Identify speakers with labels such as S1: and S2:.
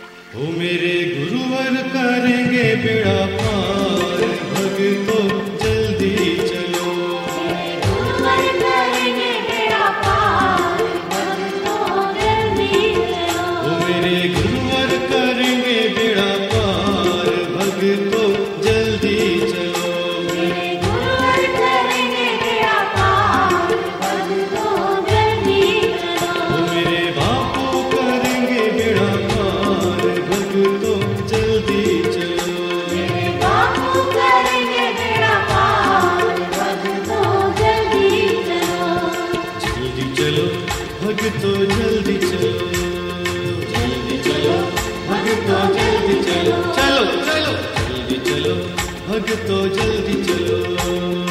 S1: ओ मेरे गुरुवर करेंगे बेड़ा पार भगतो जल्दी चलो
S2: गुरुवर करेंगे बेड़ा पार भक्तों जल्दी चलो
S1: ओ मेरे गुरुवर करेंगे बेड़ा पार भगतो जल्दी चलो
S2: मेरे गुरुवर करेंगे बेड़ा पार भक्तों जल्दी चलो
S1: ओ मेरे बापू करेंगे बेड़ा पार भगतो जल्दी चलो
S2: मेरे बापू करेंगे बेड़ा पार भक्तों जल्दी चलो
S1: जल्दी चलो भगतो जल्दी चलो जल्दी चलो भगतो जल्दी चलो चलो चलो जल्दी चलो भगतो जल्दी चलो